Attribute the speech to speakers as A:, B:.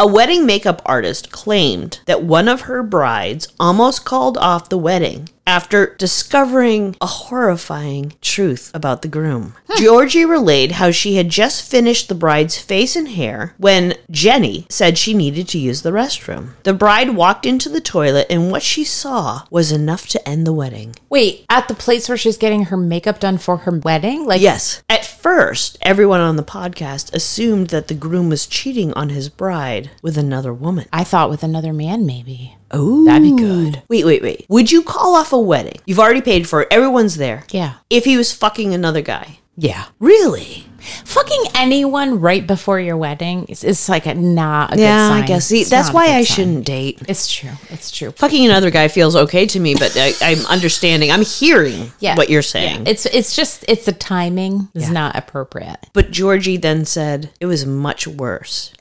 A: A wedding makeup artist claimed that one of her brides almost called off the wedding after discovering a horrifying truth about the groom. Georgie relayed how she had just finished the bride's face and hair when Jenny said she needed to use the restroom. The bride walked into the toilet and what she saw was enough to end the wedding.
B: Wait, at the place where she's getting her makeup done for her wedding? Like,
A: Yes. At first, everyone on the podcast assumed that the groom was cheating on his bride with another woman.
B: I thought with another man, maybe.
A: Oh,
B: That'd be good.
A: Wait, wait, wait. Would you call off a wedding? You've already paid for it. Everyone's there.
B: Yeah.
A: If he was fucking another guy.
B: Yeah.
A: Really?
B: Fucking anyone right before your wedding is, is like a not a
A: yeah,
B: good sign.
A: I guess. See,
B: It's
A: that's
B: not a
A: why
B: good
A: I
B: sign.
A: shouldn't date.
B: It's true. It's true.
A: Fucking another guy feels okay to me, but I, I'm understanding. I'm hearing
B: Yeah.
A: what you're
B: Yeah.
A: saying.
B: It's it's just it's the timing is not appropriate.
A: but Georgie then said it was much worse.